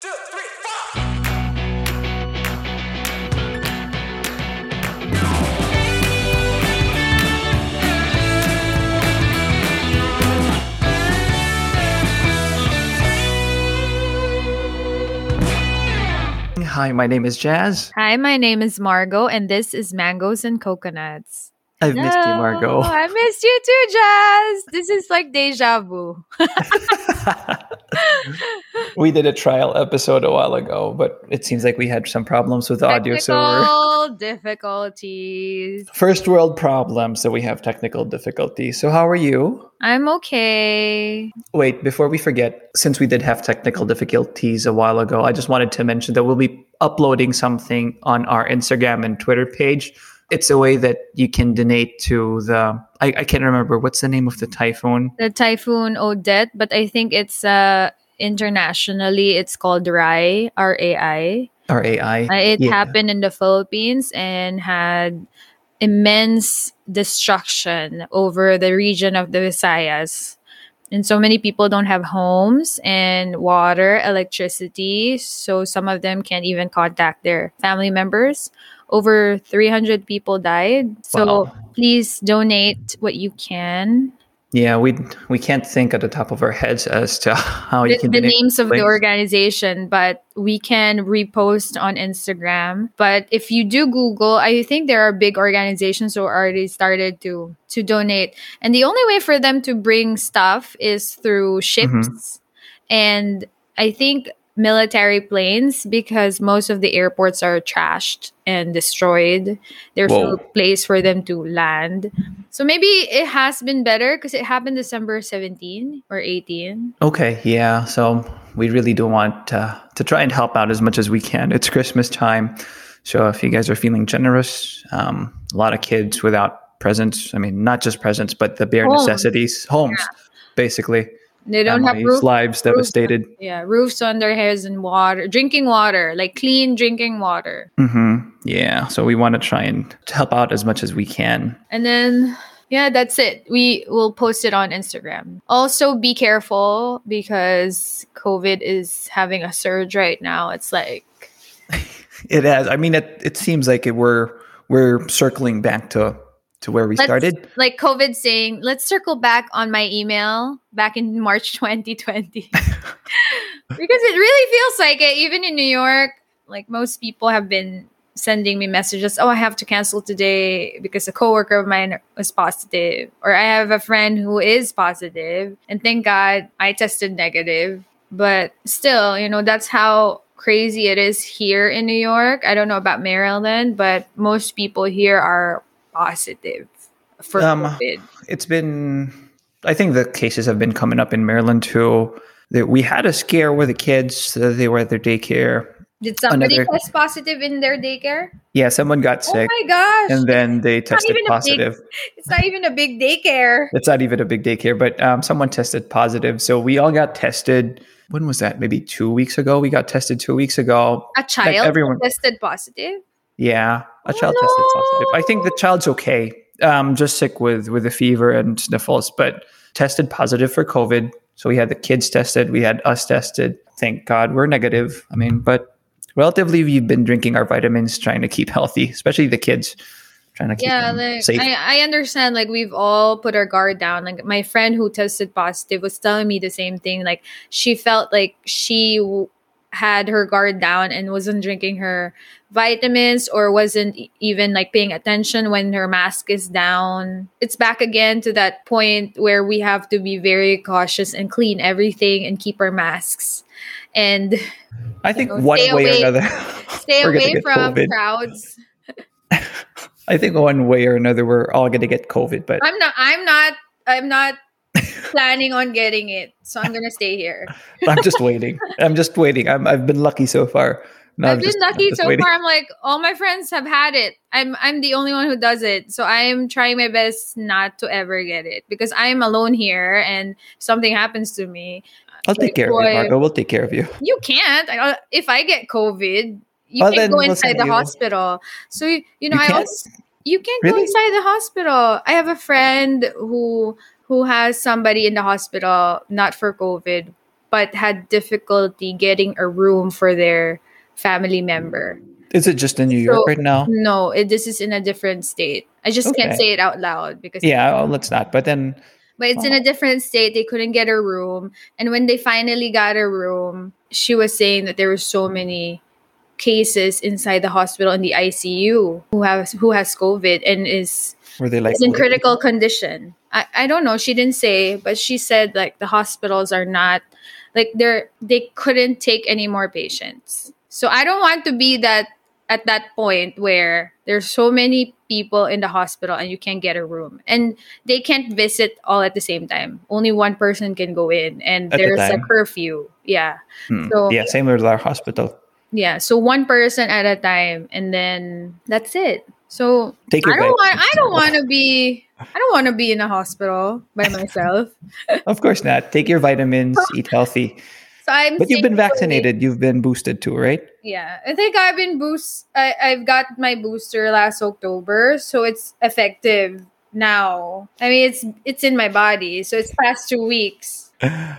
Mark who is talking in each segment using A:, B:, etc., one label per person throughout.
A: two, three, four.
B: Hi, my name is Jazz.
C: Hi, my name is Margot, and this is Mangoes and Coconuts.
B: I've missed you, Margot.
C: No, I missed you too, Jazz. This is like deja vu.
B: we did a trial episode a while ago, but it seems like we had some problems with audio. So we're
C: Technical difficulties.
B: first world problems, so we have technical difficulties. So how are you?
C: I'm okay.
B: Wait, before we forget, since we did have technical difficulties a while ago, I just wanted to mention that we'll be uploading something on our Instagram and Twitter page. It's a way that you can donate to the I, I can't remember what's the name of the typhoon.
C: The typhoon Odette, but I think it's uh internationally it's called Rai R A I.
B: Our AI.
C: Uh, It
B: Yeah.
C: happened in the Philippines and had immense destruction over the region of the Visayas. And so many people don't have homes and water, electricity. So some of them can't even contact their family members. Over 300 people died. So
B: Wow.
C: please donate what you can.
B: Yeah, we we can't think at the top of our heads as to how you
C: The,
B: can
C: the
B: donate
C: names of the
B: links.
C: organization, but we can repost on Instagram. But if you do Google, I think there are big organizations who already started to to donate, and the only way for them to bring stuff is through ships
B: Mm-hmm.
C: and I think military planes because most of the airports are trashed and destroyed. There's
B: Whoa.
C: no place for them to land. So maybe it has been better because it happened December 17 or 18.
B: Okay, yeah. So we really do want uh, to try and help out as much as we can. It's Christmas time, so if you guys are feeling generous, um, a lot of kids without presents. I mean, not just presents, but the bare
C: Homes.
B: necessities, homes, basically.
C: They don't have
B: Families,
C: roof
B: lives devastated.
C: Yeah, roofs on their heads and water, drinking water, like clean drinking water.
B: Mm-hmm. Yeah. So we want to try and help out as much as we can.
C: And then, yeah, that's it. We will post it on Instagram. Also, be careful because COVID is having a surge right now. It's like,
B: It has. I mean, it, it seems like it, we're we're circling back to to where we
C: Let's-
B: started.
C: like COVID saying, let's circle back on my email back in March 2020. because it really feels like it, even in New York, like most people have been sending me messages, oh, I have to cancel today because a coworker of mine was positive, or I have a friend who is positive, and thank God I tested negative. But still, you know, that's how crazy it is here in New York. I don't know about Maryland, but most people here are positive for
B: Um,
C: COVID.
B: it's been i think the cases have been coming up in maryland too that we had a scare with the kids that they were at their daycare
C: Did somebody
B: another-
C: test positive in their daycare?
B: yeah someone got sick
C: oh my gosh.
B: and then they
C: not
B: tested
C: even a big-
B: positive
C: it's not even a big daycare.
B: it's not even a big daycare but um, someone tested positive so we all got tested when was that maybe two weeks ago we got tested two weeks ago
C: A child
B: everyone-
C: tested positive.
B: yeah a
C: Oh
B: child tested positive i think the
C: no.
B: child's okay um, just sick with with a fever and sniffles but tested positive for COVID. So we had the kids tested, we had us tested. Thank God we're negative. I mean, but relatively, we've been drinking our vitamins, trying to keep healthy, especially the kids, trying to keep
C: yeah
B: them
C: like
B: safe.
C: I, I understand like we've all put our guard down like my friend who tested positive was telling me the same thing like she felt like she w- had her guard down and wasn't drinking her vitamins or wasn't e- even like paying attention when her mask is down it's back again to that point where we have to be very cautious and clean everything and keep our masks and
B: I think
C: know,
B: one way
C: stay
B: or
C: away-
B: another,
C: stay
B: We're gonna
C: away
B: get
C: from
B: COVID.
C: crowds
B: I think one way or another, we're all going to get COVID. But
C: I'm not. I'm not. I'm not planning on getting it, so I'm gonna stay here.
B: I'm just waiting. I'm just waiting. I'm, I've been lucky so far. No,
C: I've
B: I'm
C: been
B: just- I'm
C: lucky
B: just
C: so
B: waiting.
C: far. I'm like all my friends have had it. I'm I'm the only one who does it, so I'm trying my best not to ever get it because I'm alone here, and something happens to me,
B: I'll take care of you,
C: Boy.
B: Margo. We'll take care of you.
C: you can't. I, uh, if I get COVID, you
B: Oh, then
C: can't go
B: we'll
C: inside
B: send
C: the
B: you.
C: hospital. So you, you know,
B: You
C: I
B: can't?
C: also you can't go
B: Really?
C: inside the hospital. I have a friend who who has somebody in the hospital not for COVID but had difficulty getting a room for their family member.
B: Is it just in New York
C: So-
B: right now?
C: No, it, this is in a different state. I just can't
B: Okay.
C: say it out loud because
B: Yeah, well, let's not. But then,
C: but it's in
B: Oh.
C: a different state. They couldn't get a room, and when they finally got a room, she was saying that there were so many cases inside the hospital in the ICU who has who has COVID and is
B: were they like
C: is in critical condition. I, I don't know. She didn't say, but she said like the hospitals are not like they're they couldn't take any more patients. So I don't want to be that at that point where there's so many people in the hospital and you can't get a room and they can't visit all at the same time. Only one person can go in and
B: At the
C: there's a
B: time.
C: curfew. Yeah.
B: Hmm.
C: So-
B: yeah, same with our hospital.
C: Yeah. So one person at a time and then that's it. So
B: Take
C: I
B: your
C: don't
B: bed.
C: want. I don't want to be. I don't want to be in a hospital by myself.
B: Of course not. Take your vitamins. eat healthy.
C: So I'm.
B: But you've been
C: thankful that-
B: vaccinated. You've been boosted too, right?
C: Yeah, I think I've been boost. I, I've got my booster last October, so it's effective now. I mean, it's it's in my body, so it's past two weeks.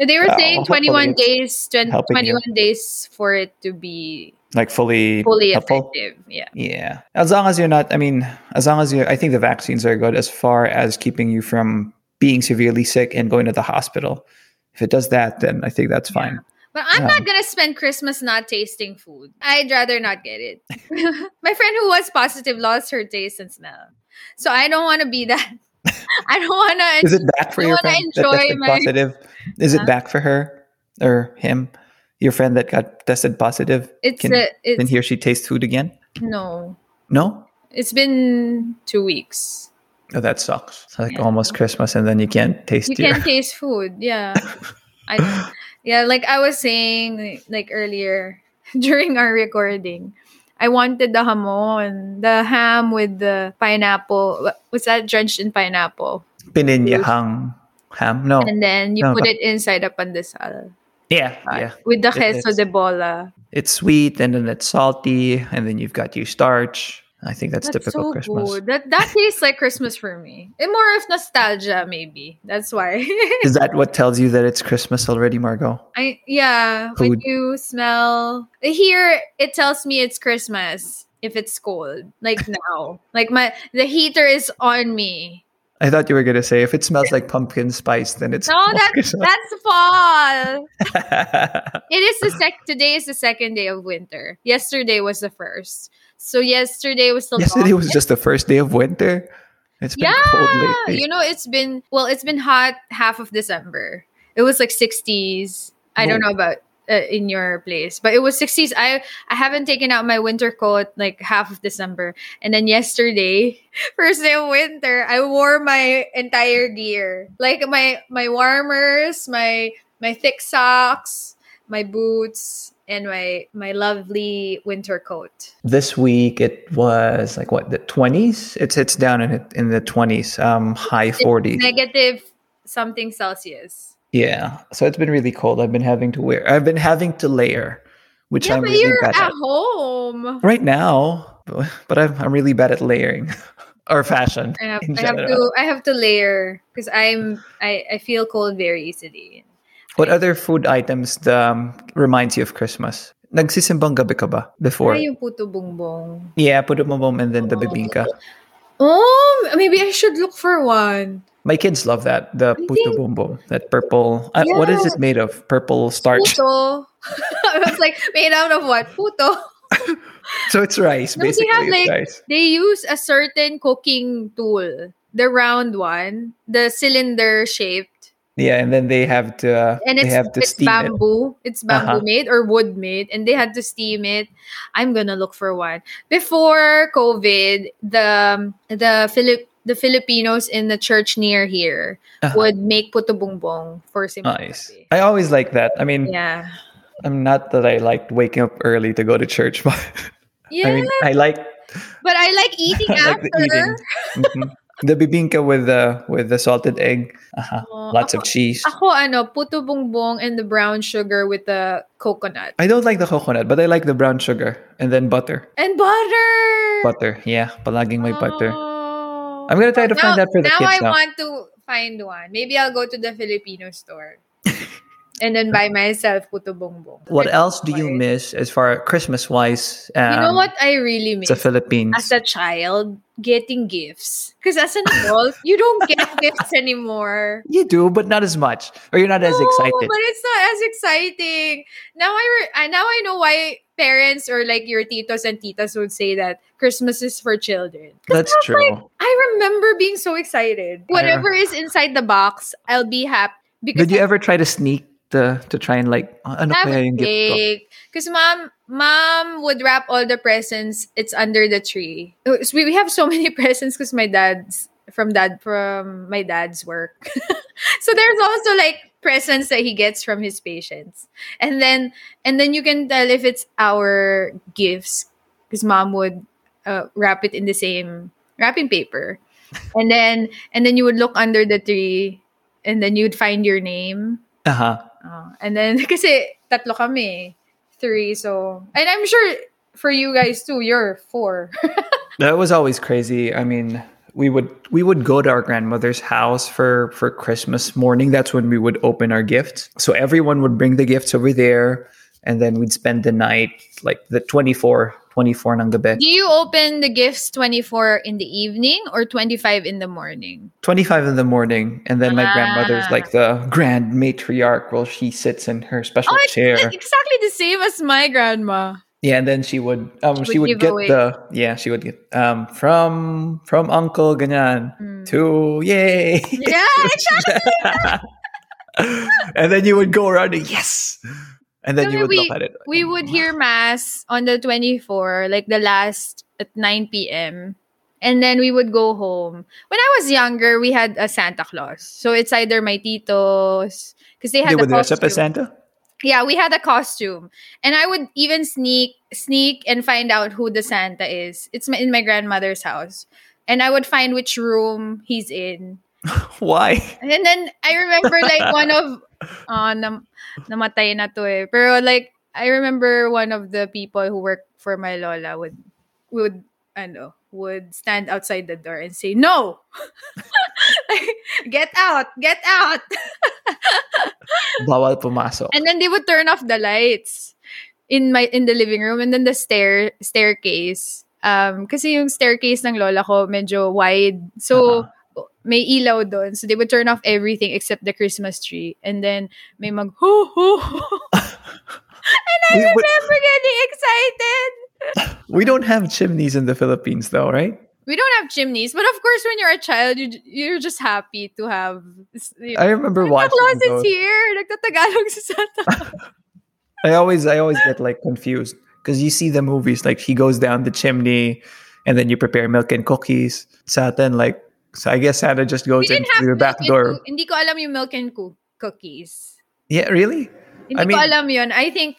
C: They were
B: Well,
C: saying
B: hopefully
C: 21
B: it's
C: days, 20,
B: helping you.
C: 21 days for it to be
B: Like fully,
C: fully
B: helpful?
C: effective. Yeah.
B: Yeah. As long as you're not, I mean, as long as you, I think the vaccines are good as far as keeping you from being severely sick and going to the hospital. If it does that, then I think that's fine.
C: But I'm
B: Yeah.
C: not gonna spend Christmas not tasting food. I'd rather not get it. My friend who was positive lost her taste since now, so I don't want to be that. I don't want
B: Is
C: to.
B: it bad for
C: I
B: your
C: wanna
B: friend that
C: enjoy
B: tested
C: my-
B: positive? Is
C: Huh?
B: it bad for her or him? Your friend that got tested positive?
C: It's
B: can-
C: a.
B: Then
C: It's
B: he or she tastes food again?
C: no.
B: No?
C: It's been two weeks.
B: Oh, that sucks. It's like
C: Yeah.
B: almost Christmas and then you can't taste
C: You
B: your.
C: can't taste food. Yeah. I, yeah, like I was saying like earlier during our recording. I wanted the hamon, the ham with the pineapple. Was that drenched in pineapple?
B: Pininya hang ham? No.
C: and then you
B: No,
C: put
B: but-
C: it inside a pandesal
B: Yeah. Yeah.
C: with the
B: It-
C: queso de bola.
B: it's sweet and then it's salty and then you've got your starch i think that's,
C: That's
B: typical
C: so
B: christmas
C: good. That that tastes like Christmas for me. And more of nostalgia, maybe. That's why.
B: is that what tells you that it's christmas already margot
C: I yeah. When
B: Food.
C: you smell here, it tells me it's Christmas if it's cold. Like now, like my the heater is on me.
B: i thought you were going to say if it smells like pumpkin spice then it's
C: No,
B: almost
C: that's
B: Christmas.
C: that's fall. It is the sec. Today is the second day of winter. Yesterday was the first. So yesterday was the
B: yesterday was
C: longest.
B: just the first day of winter it's been
C: yeah,
B: cold lately
C: you know it's been well, it's been hot half of December. It was like 60s. I don't know
B: Whoa.
C: about uh, in your place, but it was 60s. I I haven't taken out my winter coat like half of December, and then yesterday, first day of winter, I wore my entire gear, like my my warmers, my my thick socks, my boots, and my my lovely winter coat.
B: this week it was like what the 20s it's it's down in it- in the 20s um high 40s
C: Negative something Celsius.
B: yeah so it's been really cold i've been having to wear i've been having to layer which
C: yeah,
B: i'm
C: but
B: really
C: you're
B: bad
C: at
B: at.
C: home.
B: right now bu- but i'm, I'm really bad at layering or fashion
C: I have,
B: in
C: I have
B: general.
C: to I have to layer because I'm I, I feel cold very easily.
B: what other food items um, reminds you of christmas nagsisimbang gabi ka ba before
C: Ay, yung puto bongbong.
B: yeah put them and then the bibingka
C: Oh, maybe I should look for one.
B: my kids love that the
C: I
B: puto
C: think-
B: bumbum that purple uh, what is
C: Yeah.
B: it made of purple starch
C: Puto. I was like, made out of what? Puto.
B: so it's rice
C: No, they
B: basically
C: have,
B: it's
C: like-
B: rice.
C: They use a certain cooking tool, the round one, the cylinder shaped,
B: yeah and then they have to uh,
C: and
B: they
C: it's,
B: have to
C: it's
B: steam it
C: bamboo. It's bamboo
B: Uh-huh.
C: made or wood made, and they had to steam it. I'm gonna look for one. Before COVID, the um, the Philip the Filipinos in the church near here
B: Uh-huh.
C: would make puto bongbong for Simbahan
B: nice
C: Gabi.
B: i always like that i mean
C: Yeah,
B: i'm not that i liked waking up early to go to church but i
C: yeah.
B: mean i like
C: but I like eating
B: I like
C: after.
B: the eating. Mhm. The bibingka with the with the salted egg, uh-huh.
C: Oh,
B: lots
C: ako,
B: of cheese.
C: Ako ano, puto bongbong and the brown sugar with the coconut
B: I don't like the coconut, but I like the brown sugar and then butter.
C: and butter.
B: Butter, yeah, palaging may butter.
C: Oh.
B: I'm gonna try to
C: now,
B: find that for the
C: now
B: kids
C: I
B: now.
C: want to find one. Maybe I'll go to the Filipino store. And then by myself, Puto Bongbong.
B: What else do you miss as far Christmas wise? Um,
C: you know what I really miss?
B: The Philippines.
C: as a child getting gifts because as an adult you don't get gifts anymore
B: you do, but not as much, or you're not as
C: No,
B: excited.
C: but it's not as exciting now i re- I- now i know why parents or like your titos and titas would say that christmas is for children 'Cause
B: That's
C: I was
B: true.
C: like, i remember being so excited whatever is inside the box i'll be happy because
B: Did you ever try to sneak the to try and like "Ah, ano kaya yung gift ko?
C: Because mom, mom would wrap all the presents. It's under the tree. Uh, so We, we have so many presents because my dad's from dad from my dad's work. so there's also like presents that he gets from his patients, and then and then you can tell if it's our gifts because mom would uh, wrap it in the same wrapping paper, and then and then you would look under the tree, and then you'd find your name.
B: Uh-huh.
C: Oh, and then, kasi tatlo kami. Three, so... And I'm sure for you guys too, you're four.
B: That was always crazy. I mean, we would we would go to our grandmother's house for for Christmas morning. That's when we would open our gifts. So everyone would bring the gifts over there and then we'd spend the night like the 24 24 ng gabi.
C: Do you open the gifts 24 in the evening or 25 in the morning?
B: 25 in the morning and then my
C: Ah.
B: grandmother's like the grand matriarch while she sits in her special
C: Oh, it's
B: chair.
C: like exactly the same as my grandma.
B: Yeah, and then she would um
C: She
B: she,
C: would
B: would
C: give
B: get
C: away.
B: the yeah, she would get um from from uncle ganyan
C: Mm.
B: to yay.
C: Yeah, exactly.
B: and then you would go around and yes. And then
C: No,
B: you would
C: we-
B: look at it.
C: We would hear mass on the 24, like the last at 9 p.m. And then we would go home. When I was younger, we had a Santa Claus. So it's either my titos, because they had
B: They
C: the
B: would dress up
C: costume.
B: as Santa?
C: yeah, we had a costume, and I would even sneak sneak and find out who the Santa is. It's my, in my grandmother's house, and I would find which room he's in.
B: Why?
C: And then I remember like one of uh, nam- namatay na to eh. Pero like I remember one of the people who worked for my lola would would ano would stand outside the door and say no, like, get out, get out.
B: Bawal pumasok.
C: And then they would turn off the lights in my in the living room and then the stair staircase. Um kasi yung staircase ng lola ko medyo wide. So
B: Uh-huh.
C: may ilaw doon. So they would turn off everything except the Christmas tree. And then may mag ho ho. ho.
B: we, we,
C: Remember getting excited.
B: we don't have chimneys in the Philippines though, right?
C: We don't have chimneys, but of course when you're a child, you j- you're just happy to have you
B: I remember
C: Santa
B: watching
C: Claus is
B: those.
C: here. Nagtatagalog si Santa.
B: I always I always get like confused because you see the movies like he goes down the chimney, and then you prepare milk and cookies. Satan like so I guess Santa just
C: We
B: goes in
C: didn't have
B: through the
C: milk
B: back
C: and
B: door.
C: coo- Hindi ko alam yung milk and coo- cookies.
B: Yeah, really?
C: Hindi
B: I mean-
C: ko alam yun. I think,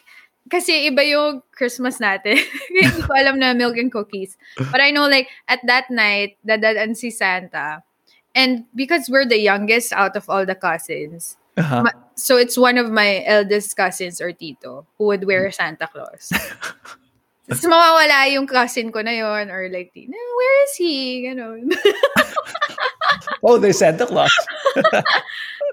C: kasi iba yung Christmas natin. Kaya Hindi ko alam na milk and cookies. But I know like, at that night, dadaan si Santa. And because we're the youngest out of all the cousins,
B: Uh-huh.
C: Ma- so it's one of my eldest cousins or tito who would wear
B: Hmm.
C: Santa Claus. Tapos mawawala yung cousin ko na yun or like, "No, where is he? Ganun.
B: Oh, there's Santa Claus.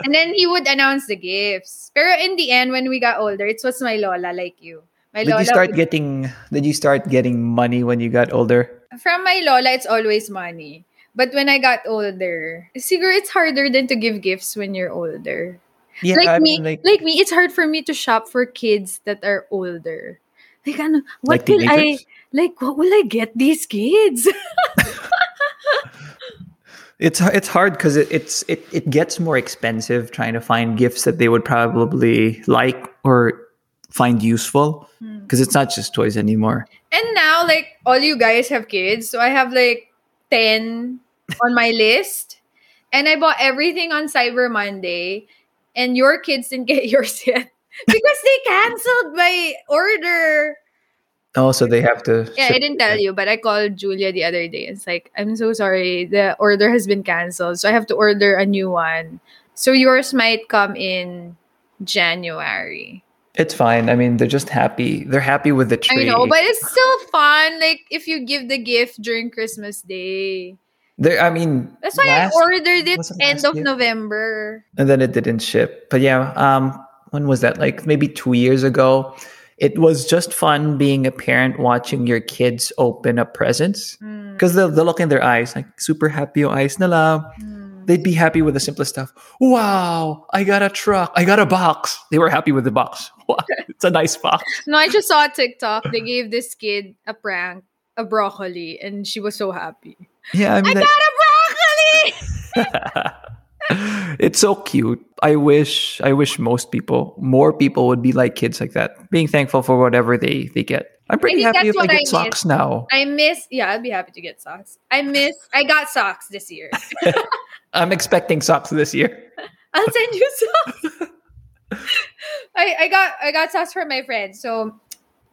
C: And then he would announce the gifts. Pero in the end, when we got older, it was my lola like you. My
B: Did
C: lola
B: you start
C: would-
B: getting Did you start getting money when you got older?
C: from my lola, it's always money. But when I got older, siguro it's harder than to give gifts when you're older.
B: Yeah,
C: like
B: I
C: me,
B: mean, like,
C: like, me, it's hard for me to shop for kids that are older. Like ano, what
B: like
C: will I
B: teenagers.
C: like? What will I get these kids?
B: It's it's hard because it, it's it, it gets more expensive trying to find gifts that they would probably like or find useful because it's not just toys anymore.
C: and now, like all you guys have kids, so I have like ten on my list, and I bought everything on Cyber Monday, and your kids didn't get yours yet because they canceled my order.
B: Oh, so they have to.
C: Yeah,
B: ship
C: I didn't tell
B: it.
C: you, but I called Julia the other day. It's like, I'm so sorry. The order has been canceled. So I have to order a new one. So yours might come in January.
B: It's fine. I mean, they're just happy. They're happy with the tree.
C: I know, but it's still fun. Like, if you give the gift during Christmas Day.
B: They're- I mean,
C: That's why
B: last-
C: I ordered it
B: was it
C: end
B: last
C: of
B: year?
C: November.
B: and then it didn't ship. But yeah, um, when was that? Like maybe two years ago. It was just fun being a parent watching your kids open up presents because the, the look in their eyes, like super happy yung eyes nila.
C: Mm-hmm.
B: They'd be happy with the simplest stuff. Wow, I got a truck. I got a box. They were happy with the box. Wow, it's a nice box.
C: No, I just saw a TikTok. They gave this kid a prank, a broccoli, and she was so happy.
B: Yeah, I
C: I
B: mean,
C: got
B: that-
C: a broccoli!
B: it's so cute. I wish, I wish most people, more people would be like kids like that, being thankful for whatever they they get. I'm pretty
C: think
B: happy
C: that's
B: if I
C: what
B: get
C: I
B: socks now.
C: I miss, yeah, I'd be happy to get socks. I miss, I got socks this year.
B: I'm expecting socks this year.
C: I'll send you socks. I, I got I got socks from my friend, so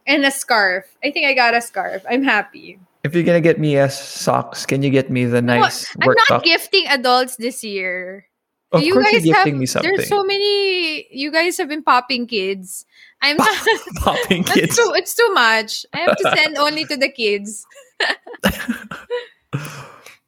C: and a scarf. I think I got a scarf. I'm happy.
B: If you're gonna get me a socks, can you get me the nice
C: I'm
B: work
C: not
B: sock?
C: gifting adults this year.
B: of
C: you
B: course,
C: guys
B: you're
C: have
B: gifting me something.
C: there's so many you guys have been popping kids. I'm not
B: Popping kids.
C: that's too it's too much. I have to send only to the kids.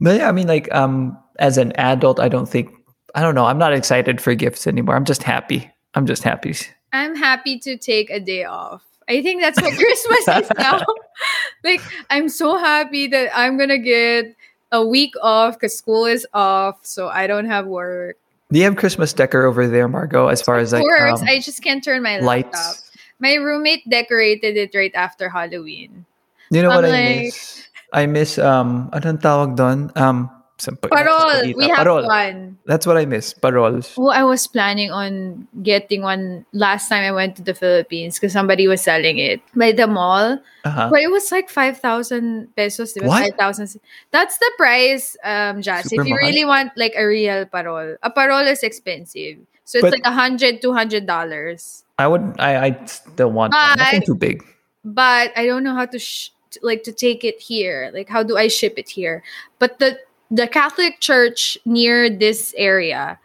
B: But yeah, I mean, like, um, as an adult, I don't think, I don't know, I'm not excited for gifts anymore. I'm just happy. I'm just happy.
C: I'm happy to take a day off. I think that's what Christmas is now. like, I'm so happy that I'm going to get a week off because school is off. So I don't have work.
B: Do you have Christmas decor over there, Margot? As far as
C: Of
B: like
C: course,
B: um,
C: I just can't turn my
B: lights,
C: laptop. My roommate decorated it right after Halloween.
B: You know
C: I'm
B: what I
C: like-
B: miss? I miss um anong tawag doon? Um sa- pag-
C: Parol.
B: sa
C: We
B: pagkita.
C: have
B: Parol.
C: one.
B: That's what I miss. Parols.
C: Oh, I was planning on getting one last time I went to the Philippines because somebody was selling it by the mall.
B: Uh-huh.
C: But it was like 5,000 pesos, diba?
B: What?
C: 5,000. That's the price, um, Jazz.
B: Super
C: If you
B: mahal.
C: really want like a real parol. A parol is expensive. So it's
B: But-
C: like a hundred, two hundred dollars.
B: I would I I still want one.
C: But-
B: nothing too big.
C: But I don't know how to sh- t- like to take it here. Like how do I ship it here? But the the Catholic Church near this area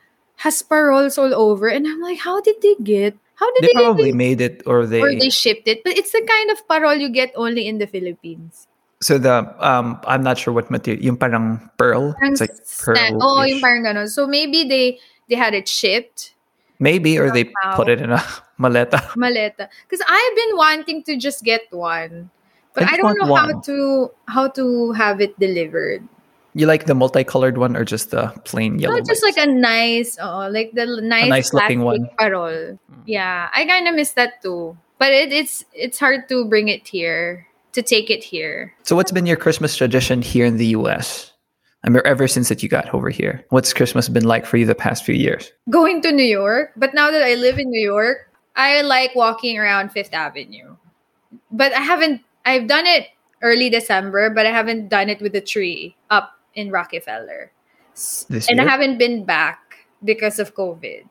C: has parols all over, and I'm like, how did they get? How did
B: They
C: they,
B: probably
C: get?
B: made it or they,
C: This? Or they shipped it, but it's the kind of parol you get only in the Philippines.
B: so the um I'm not sure what material yung parang pearl.
C: Parang
B: It's like
C: sna-
B: pearl.
C: Oo, yung parang ganun. So maybe they they had it shipped,
B: Maybe or they
C: somehow.
B: put it in a maleta.
C: maleta. Because I've been wanting to just get one, but
B: I
C: I,
B: just want
C: don't know how
B: one.
C: to how to have it delivered.
B: You like the multicolored one or just the plain yellow?
C: No, Oh, just
B: ones?
C: like a nice, oh, like the l- nice,
B: nice looking
C: plastic
B: one. Mm.
C: parol. Yeah, I kind of miss that too. But it, it's it's hard to bring it here, to take it here.
B: So what's been your Christmas tradition here in the US? I mean ever since that you got over here. What's Christmas been like for you the past few years?
C: Going to New York, but now that I live in New York, I like walking around Fifth Avenue. But I haven't. I've done it early December, but I haven't done it with a tree up in Rockefeller, S-
B: This
C: and I
B: year?
C: haven't been back because of COVID.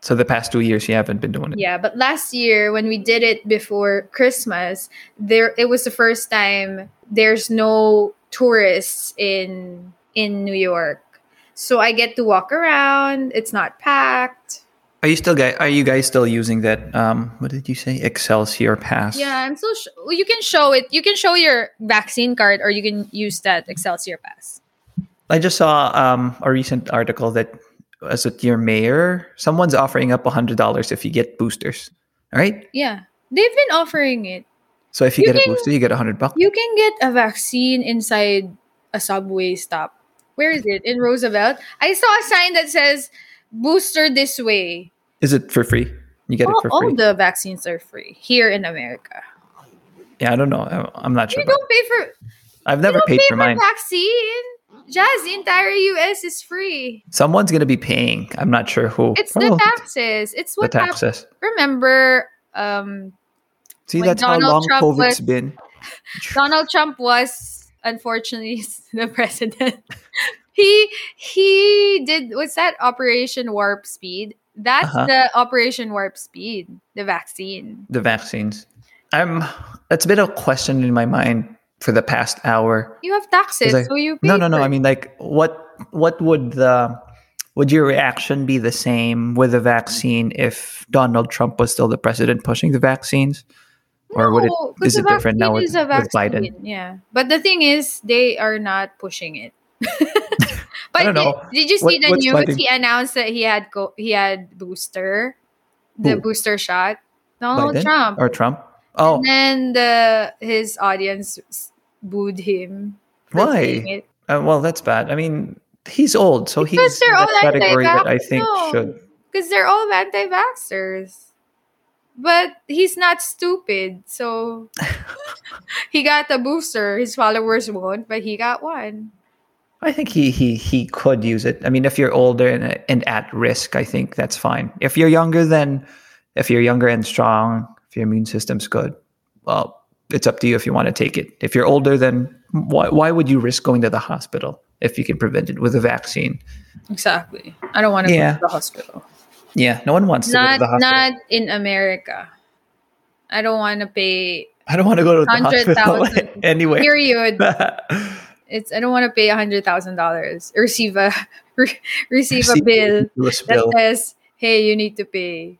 B: So the past two years you haven't been doing it.
C: Yeah, but last year when we did it before Christmas, there it was the first time there's no tourists in in New York. So I get to walk around, it's not packed.
B: Are you still guy? Are you guys still using that? Um, what did you say? Excelsior Pass.
C: Yeah, I'm so sh- well, you can show it. You can show your vaccine card or you can use that Excelsior pass.
B: I just saw um, a recent article that as it your mayor, someone's offering up hundred dollars if you get boosters. All right.
C: Yeah. They've been offering it.
B: So if you,
C: You
B: get
C: can-
B: a booster, you get hundred bucks.
C: You can get a vaccine inside a subway stop. Where is it? In Roosevelt. I saw a sign that says booster this way.
B: Is it for free? You get
C: all,
B: it for
C: all
B: free.
C: the vaccines are free here in America.
B: yeah, I don't know. I- I'm not sure.
C: You
B: About
C: don't pay for
B: I've
C: you
B: never
C: don't
B: paid
C: pay
B: for mine.
C: vaccine. Jazz, the entire US is free.
B: Someone's gonna be paying. I'm not sure who.
C: It's
B: Oh,
C: the taxes. It's
B: The
C: what hap-
B: taxes.
C: Remember, um,
B: See,
C: When
B: that's how long
C: Donald Trump
B: COVID's
C: was-
B: been.
C: Donald Trump was unfortunately the president. he he did what's that Operation Warp Speed? That's
B: Uh-huh.
C: the Operation Warp Speed, the vaccine.
B: The vaccines. I'm. That's been a question in my mind for the past hour.
C: You have taxes,
B: Is I-
C: so you pay
B: No, no, no.
C: for
B: I
C: it.
B: mean, like, what what would the would your reaction be the same with a vaccine if Donald Trump was still the president pushing the vaccines, or would it
C: No, 'cause
B: is
C: Oh, the
B: it different now
C: vaccine
B: with,
C: is a
B: with Biden?
C: vaccine, Yeah, but the thing is, they are not pushing it. but
B: don't
C: did,
B: know.
C: did you
B: What-
C: see the
B: what's
C: news?
B: Biden-
C: He announced that he had co- he had booster, the
B: Who?
C: booster shot. Donald
B: Biden
C: Trump.
B: or Trump? Oh,
C: And then the his audience s- booed him. for
B: Why?
C: saying it.
B: uh, well, that's bad. I mean, he's old, so
C: Because
B: he's
C: they're
B: in
C: all
B: the category that I
C: anti-vax,
B: think
C: no.
B: should.
C: because they're all anti-vaxxers. But he's not stupid, so he got the booster. His followers won't, but he got one.
B: I think he he he could use it. I mean, if you're older and and at risk, I think that's fine. If you're younger, then if you're younger and strong, if your immune system's good, well, it's up to you if you want to take it. If you're older, then why why would you risk going to the hospital if you can prevent it with a vaccine?
C: Exactly. I don't want
B: go to Yeah.
C: the hospital.
B: Yeah, no one wants to go to
C: Not
B: the hospital.
C: not in America. I don't want to pay
B: I don't want to go to the hospital
C: 100,000
B: anyway.
C: period. It's I don't want to pay a hundred thousand dollars. Receive a re- receive a bill that says, "Hey, you need to pay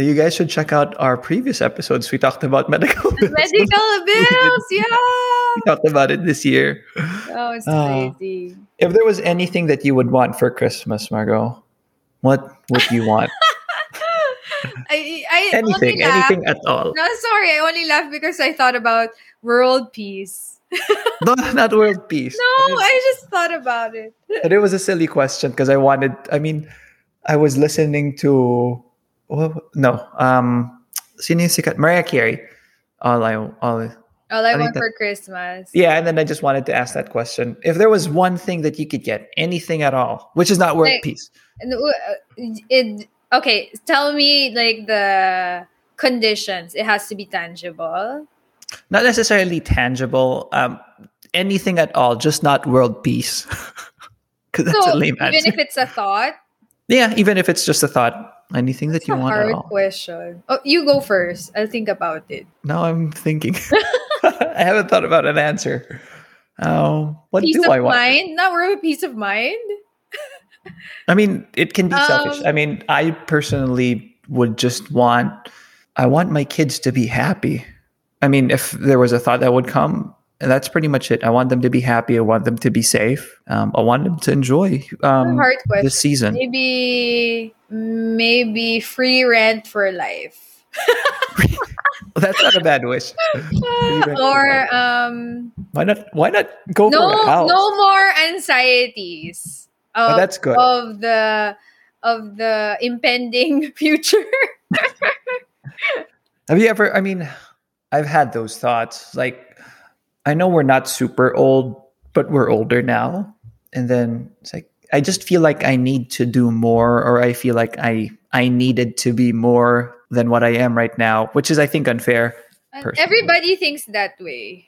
B: You guys should check out our previous episodes. We talked about medical bills.
C: medical bills." Yeah.
B: we talked about it this year.
C: Oh, it's
B: Ah.
C: crazy.
B: If there was anything that you would want for Christmas, Margot, what would you want?
C: I, I
B: anything,
C: only laugh.
B: anything at all.
C: No, sorry. I only laughed because I thought about world peace.
B: No, not world peace.
C: No, I just thought about it.
B: And it was a silly question because I wanted, I mean, I was listening to, well, no, um, sino yung sikat? Mariah Carey. All I, all,
C: All I,
B: I
C: want
B: think that-
C: for Christmas.
B: yeah, and then I just wanted to ask that question. If there was one thing that you could get, anything at all, which is not world
C: Like-
B: peace,
C: And, uh, it, okay, tell me like the conditions. It has to be tangible.
B: not necessarily tangible, um, anything at all, just not world peace. Because that's a
C: so
B: lame
C: even
B: answer.
C: if it's a thought,
B: yeah, even if it's just a thought, anything
C: it's
B: that you
C: a
B: want at
C: hard
B: all.
C: question. Oh, you go first. I'll think about it.
B: Now I'm thinking. I haven't thought about an answer. Um, what
C: peace
B: do
C: of
B: I want?
C: mind? Not world peace of mind.
B: I mean, it can be selfish.
C: Um,
B: I mean, I personally would just want I want my kids to be happy. I mean, if there was a thought that would come, that's pretty much it. I want them to be happy. I want them to be safe. Um, I want them to enjoy
C: It's a
B: um,
C: hard question.
B: this season.
C: Maybe maybe free rent for life.
B: That's not a bad wish. Free rent for life.
C: or um
B: Why not? Why not go
C: no
B: for a house?
C: no more anxieties
B: Oh,
C: of,
B: that's good.
C: of the of the impending future.
B: Have you ever? I mean, I've had those thoughts. Like, I know we're not super old, but we're older now. And then it's like I just feel like I need to do more, or I feel like I I needed to be more than what I am right now, which is I think unfair.
C: And
B: Personally.
C: Everybody thinks that way.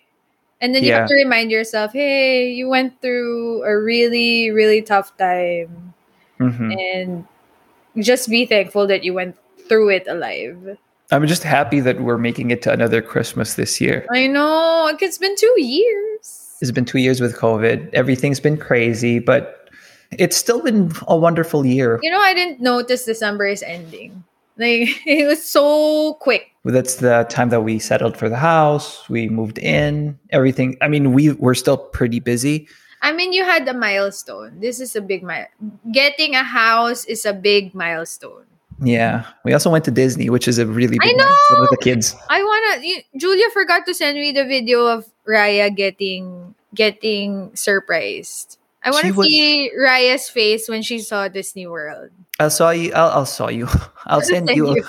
C: And then you have
B: Yeah.
C: to remind yourself, hey, you went through a really, really tough time.
B: Mhm.
C: And just be thankful that you went through it alive.
B: I'm just happy that we're making it to another Christmas this year.
C: I know. like, It's been two years.
B: It's been two years with COVID. Everything's been crazy, but it's still been a wonderful year.
C: You know, I didn't notice December is ending. Like it was so quick.
B: that's the time that we settled for the house we moved in everything i mean we were still pretty busy
C: I mean, you had a milestone. This is a big mile. Getting a house is a big milestone.
B: yeah we also went to disney which is a really
C: I
B: big
C: know!
B: milestone with the kids
C: I wanna. You, Julia forgot to send me the video of Raya getting getting surprised. I want
B: She
C: to
B: was-
C: see Raya's face when she saw Disney World.
B: i'll saw you i'll, I'll saw you i'll send,
C: Send
B: you,
C: you.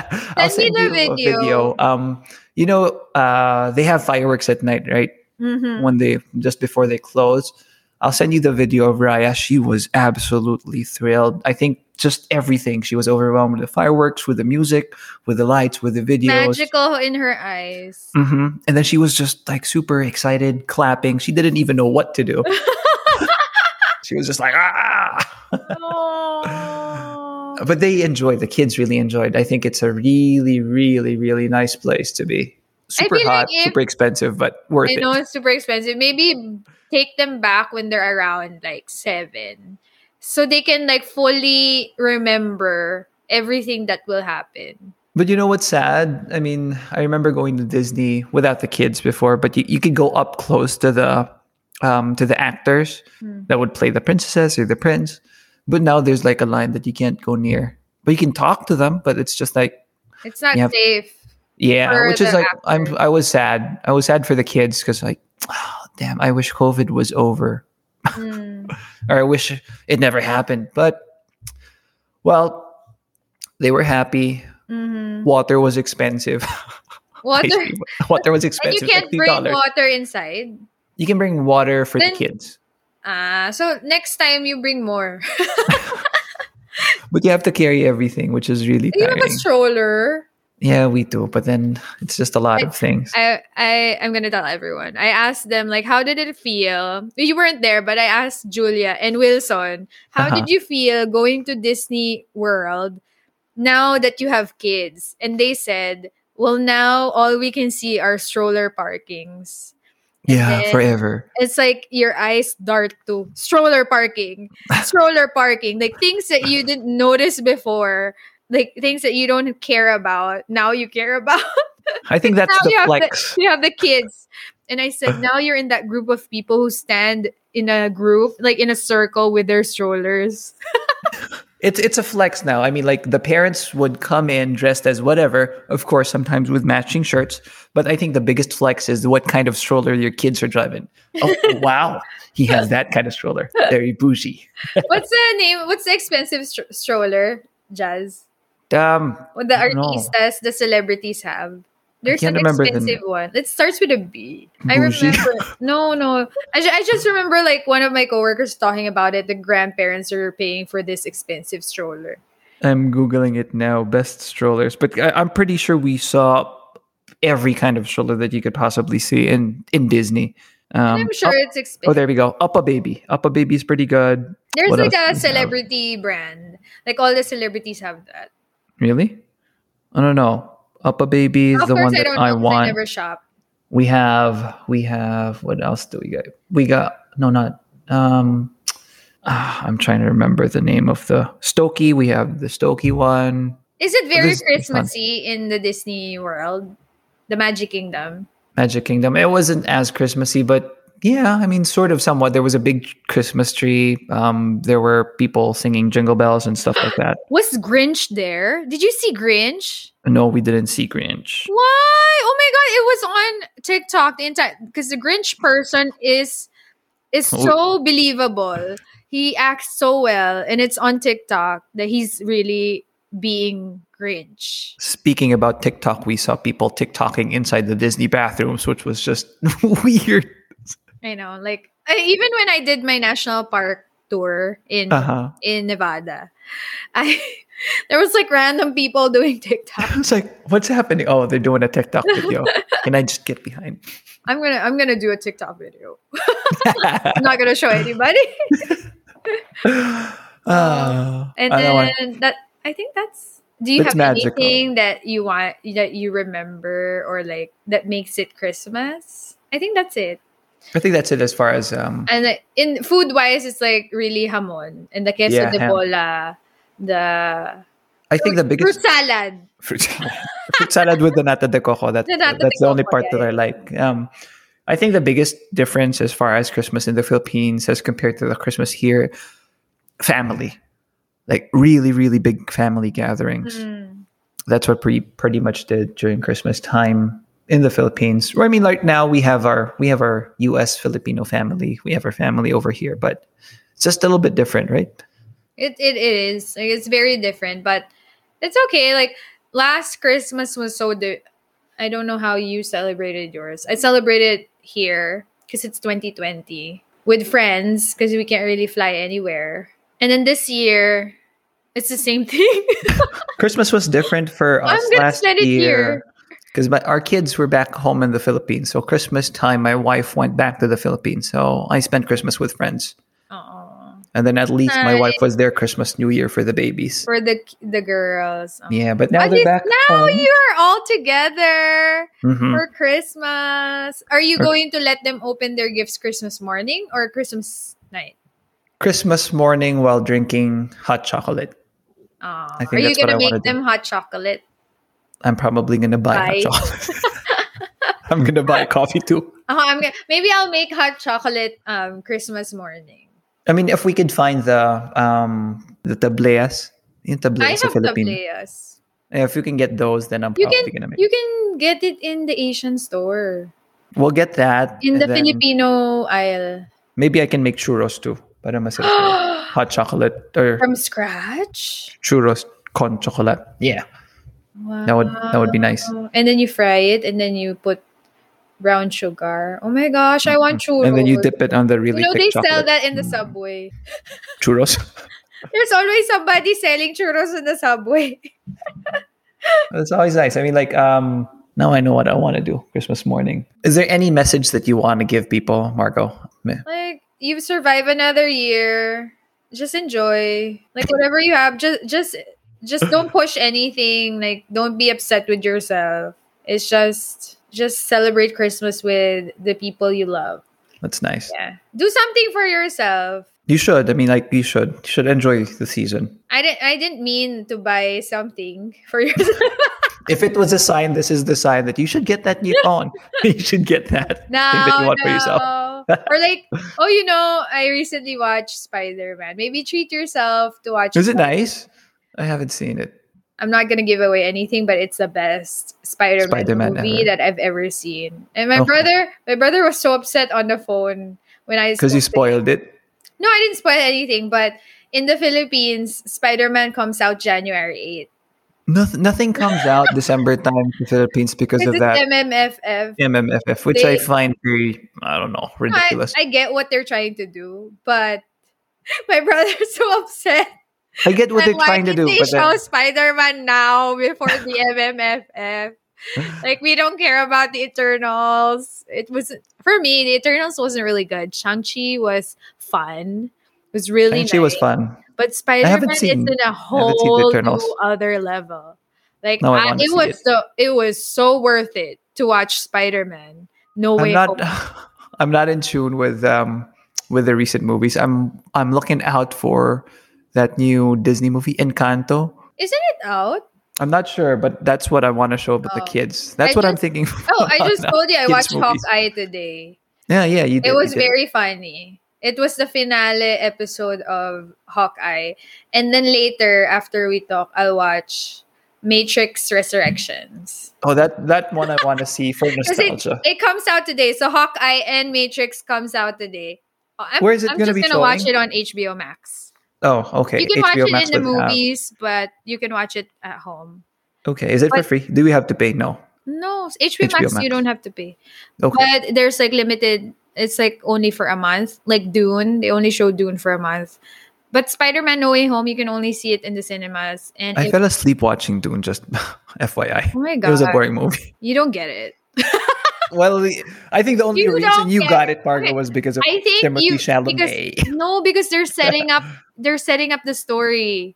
B: i'll
C: Send
B: send
C: me the
B: you
C: video.
B: a video um you know uh they have fireworks at night right
C: Mhm.
B: when they just before they close i'll send you the video of raya she was absolutely thrilled i think just everything she was overwhelmed with the fireworks with the music with the lights with the videos
C: Magical in her eyes.
B: hmm And then she was just like super excited, clapping. She didn't even know what to do. she was just like, ah.
C: Aww.
B: but they enjoyed, the kids really enjoyed. I think it's a really, really, really nice place to be. Super
C: feel like
B: hot,
C: if-
B: super expensive, but worth
C: I
B: it.
C: know it's super expensive. Maybe take them back when they're around like seven, so they can like fully remember everything that will happen.
B: But you know what's sad? I mean, I remember going to Disney without the kids before, but you, you could go up close to the um, to the actors
C: Hmm.
B: that would play the princesses or the prince. But now there's like a line that you can't go near. but you can talk to them, but it's just like
C: It's not
B: You have-
C: safe.
B: yeah,
C: For
B: which is
C: the
B: like I'm
C: actors.
B: I was sad. I was sad for the kids because like, oh, damn, I wish COVID was over.
C: Mm.
B: or I wish it never happened. But well, they were happy.
C: Mhm.
B: Water was expensive.
C: Water.
B: Basically, water was
C: And you
B: expensive.
C: can't
B: $50.
C: bring water inside.
B: You can bring water for
C: Then-
B: the kids,
C: Ah, so next time you bring more.
B: but you have to carry everything, which is really
C: you have a
B: tiring.
C: stroller.
B: Yeah, we do. But then it's just a lot
C: I-
B: of things.
C: I I I'm gonna tell everyone. I asked them like, how did it feel? You weren't there, but I asked Julia and Wilson, how
B: Uh-huh.
C: did you feel going to Disney World now that you have kids? And they said, well, now all we can see are stroller parkings.
B: yeah,
C: then-
B: forever.
C: It's like your eyes dart to stroller parking, stroller parking, like things that you didn't notice before, like things that you don't care about. Now you care about.
B: I think that's
C: now you
B: the
C: have
B: flex.
C: you have the kids. And I said, now you're in that group of people who stand in a group, like in a circle with their strollers.
B: It's it's a flex now. I mean, like the parents would come in dressed as whatever, of course, sometimes with matching shirts. But I think the biggest flex is what kind of stroller your kids are driving. Oh wow, he has that kind of stroller. Very bougie.
C: What's the name? What's the expensive stro- stroller, Jazz?
B: Um,
C: What the
B: I don't know.
C: artistas, the celebrities have. There's
B: can't
C: an
B: remember the
C: expensive one. It starts with a B. I
B: Bougie.
C: remember. No, no. I, ju- I just remember like one of my coworkers talking about it. The grandparents are paying for this expensive stroller.
B: I'm googling it now. Best strollers, but I, I'm pretty sure we saw every kind of stroller that you could possibly see in in Disney. Um,
C: I'm sure
B: Up-
C: it's
B: oh,
C: expensive.
B: there we go. Up a baby. Up a baby's pretty good.
C: There's
B: what else
C: like
B: do we
C: a
B: have?
C: celebrity brand. Like all the celebrities have that.
B: Really? I don't know. Up a baby is
C: of
B: the
C: course,
B: one
C: I
B: that
C: don't
B: I
C: know 'cause I
B: want.
C: never shop.
B: we have we have what else do we got we got no not um ah, i'm trying to remember the name of the stokey we have the stokey one
C: Is it very
B: this is fun.
C: Christmassy in the Disney world? The Magic Kingdom.
B: magic kingdom it wasn't as christmassy but yeah i mean sort of somewhat there was a big christmas tree um there were people singing jingle bells and stuff like that
C: Was Grinch there? Did you see Grinch?
B: no we didn't see grinch
C: Why? Oh my god, it was on TikTok the entire because the Grinch person is is
B: Oh.
C: so believable. He acts so well and it's on TikTok that he's really being Grinch.
B: Speaking about TikTok, we saw people TikToking inside the Disney bathrooms, which was just weird.
C: I know, like I, even when I did my national park tour in
B: Uh huh.
C: in Nevada, I there was like random people doing TikTok.
B: I was like, what's happening? Oh, they're doing a TikTok video. Can I just get behind?
C: I'm gonna I'm gonna do a TikTok video. I'm not gonna show anybody.
B: Ah,
C: And
B: I don't want-
C: then that I think that's. Do you
B: It's
C: have
B: magical.
C: anything that you want that you remember or like that makes it Christmas? I think that's it.
B: I think that's it as far as um,
C: And like, in food wise, it's like really hamon and the queso
B: Yeah,
C: de
B: ham.
C: bola, the
B: I think the biggest
C: fruit salad.
B: fruit salad, fruit salad with the nata de coco. That,
C: The nata de
B: that's the only
C: coco,
B: part
C: yeah,
B: that I like. Um, I think the biggest difference as far as Christmas in the Philippines as compared to the Christmas here, family, like really, really big family gatherings.
C: Mm.
B: that's what we pretty much did during Christmas time in the Philippines. Or I mean, like now we have our we have our U.S. Filipino family. We have our family over here, but it's just a little bit different, right?
C: It it is. Like, it's very different, but it's okay. Like last Christmas was so di- I don't know how you celebrated yours. I celebrated here because it's 2020 with friends because we can't really fly anywhere. And then this year it's the same thing.
B: Christmas was different for
C: I'm
B: us
C: gonna
B: last
C: spend it
B: year
C: here.
B: because our kids were back home in the Philippines. So Christmas time, my wife went back to the Philippines. So I spent Christmas with friends,
C: Aw.
B: and then at least my
C: Nice.
B: wife was there Christmas, New Year for the babies.
C: For the the girls. Aw.
B: Yeah, but now
C: At
B: they're
C: least
B: back.
C: now
B: home.
C: you're all together
B: Mhm.
C: for Christmas. Are you
B: Or-
C: going to let them open their gifts Christmas morning or Christmas night?
B: Christmas morning while drinking hot chocolate.
C: Aw,
B: I think
C: are you
B: that's what
C: gonna
B: I wanna
C: make
B: do.
C: them hot chocolate?
B: I'm probably gonna buy
C: Buy.
B: hot chocolate. I'm gonna buy coffee too.
C: Oh, I'm gonna, maybe I'll make hot chocolate um Christmas morning.
B: I mean, if we could find the um the tableas, Yung tabla
C: I
B: sa
C: have
B: Philippines.
C: tableas.
B: Eh, If you can get those, then I'm
C: You
B: probably gonna make.
C: You can get it in the Asian store.
B: we'll get that
C: In
B: and
C: the
B: then
C: Filipino aisle.
B: Maybe I can make churros too. Para masarap. yun. Hot chocolate or
C: From scratch?
B: churros con chocolate. Yeah,
C: Wow.
B: that would that would be nice.
C: And then you fry it and then you put brown sugar. Oh my gosh, I want churros.
B: Mm-hmm. And then you dip it on the really
C: you know
B: thick
C: they
B: chocolate.
C: sell that in the
B: Mm.
C: subway.
B: Churros.
C: There's always somebody selling churros in the subway.
B: That's always nice. I mean, like, um, now I know what I want to do Christmas morning. Is there any message that you want to give people, Marco? Meh.
C: like you've survived another year just enjoy like whatever you have just just just don't push anything like don't be upset with yourself it's just just celebrate christmas with the people you love
B: That's nice.
C: yeah do something for yourself
B: You should. I mean, like, you should. You should enjoy the season.
C: i didn't i didn't mean to buy something for yourself
B: If it was a sign, this is the sign that you should get that new phone. you should get that.
C: no,
B: Thing that you want for yourself.
C: no. or like oh you know i recently watched spider-man maybe treat yourself to watch
B: Is it nice? I haven't seen it.
C: I'm not gonna give away anything, but it's the best Spider-Man,
B: Spider-Man
C: movie
B: ever.
C: that I've ever seen. And my
B: Okay.
C: brother, my brother was so upset on the phone when I
B: Because you spoiled
C: spoiled
B: it.
C: it. No, I didn't spoil anything, but in the Philippines, Spider-Man comes out January 8th.
B: Noth- nothing comes out December time in the Philippines because of
C: Because it's
B: that
C: MMFF.
B: MMFF, which I
C: They-
B: find very, I don't know,
C: No, I-
B: ridiculous.
C: I, get what they're trying to do, but my brother's so upset.
B: I, get what
C: I'm
B: they're trying to
C: did
B: do,
C: They
B: but
C: show
B: then,
C: Spider-Man now before the MMFF. Like we don't care about the Eternals. It was for me. The Eternals wasn't really good. Shang Chi was fun. It was really
B: she was
C: nice.
B: fun.
C: But Spider-Man is
B: seen-
C: in
B: haven't seen The
C: a whole
B: Eternals.
C: new other level. Like
B: No, I
C: I-
B: wanna
C: it
B: see
C: was
B: it.
C: so it was so worth it to watch Spider-Man. No
B: I'm
C: way.
B: not.
C: Home.
B: I'm not in tune with um with the recent movies. I'm I'm looking out for that new Disney movie Encanto.
C: Isn't it out?
B: I'm not sure, but that's what I want to show with the
C: Oh.
B: kids. That's
C: I
B: what I'm
C: just-
B: thinking.
C: Oh, I
B: about
C: just
B: now.
C: told you I
B: Kids
C: watched
B: movies.
C: Hawkeye today.
B: Yeah, yeah, you did.
C: It
B: you
C: was
B: did.
C: very funny. It was the finale episode of Hawkeye. And then later, after we talk, I'll watch Matrix Resurrections.
B: Oh, that that one I want to see for
C: 'Cause
B: nostalgia.
C: It comes out today. So Hawkeye and Matrix comes out today. Oh, I'm,
B: Where is it
C: I'm
B: gonna
C: just
B: be
C: going to watch
B: showing?
C: it on HBO Max.
B: Oh, okay.
C: you can watch
B: HBO
C: it
B: Max
C: in the
B: with, um,
C: movies, but you can watch it at home.
B: okay, is it for
C: but-
B: free? Do we have to pay? No.
C: No, HBO,
B: HBO
C: Max,
B: Max.
C: you don't have to pay.
B: Okay.
C: But there's like limited, it's like only for a month. Like Dune, they only show Dune for a month. But Spider Man No Way Home, you can only see it in the cinemas. And
B: I
C: it-
B: fell asleep watching Dune. Just FYI,
C: oh my
B: it was a
C: God,
B: boring movie.
C: you don't get it.
B: well, the- I think the only
C: You
B: reason
C: don't
B: you
C: get
B: got it, Margo,
C: Okay,
B: was because of
C: I think
B: Timothy
C: you.
B: Chalamet.
C: Because, no, because they're setting up, they're setting up the story.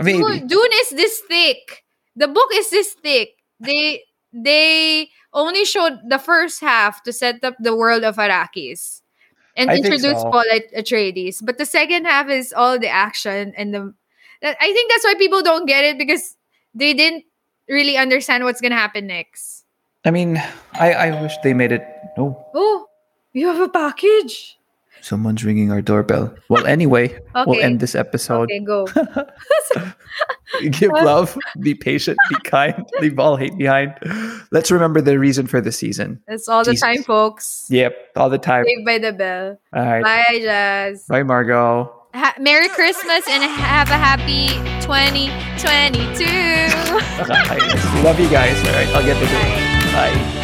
B: Maybe.
C: Dune, Dune is this thick. The book is this thick. They they only showed the first half to set up the world of Arakis and
B: I think
C: introduce
B: so.
C: Paul At- Atreides. But the second half is all the action and the. that- I think that's why people don't get it because they didn't really understand what's gonna happen next.
B: I mean, I, I wish they made it. No,
C: Oh, you have a package.
B: someone's ringing our doorbell. Well, anyway, we'll
C: Okay.
B: end this episode.
C: Okay, go.
B: Give love, be patient, be kind, leave all hate behind. Let's remember the reason for the season.
C: That's all the
B: Jesus.
C: time, folks.
B: Yep, all the time.
C: Saved by the bell.
B: All right.
C: Bye, Jazz.
B: Bye, Margot.
C: ha- Merry Christmas and have a happy 2022.
B: Bye. Love you guys. All right, I'll get the good one. Bye.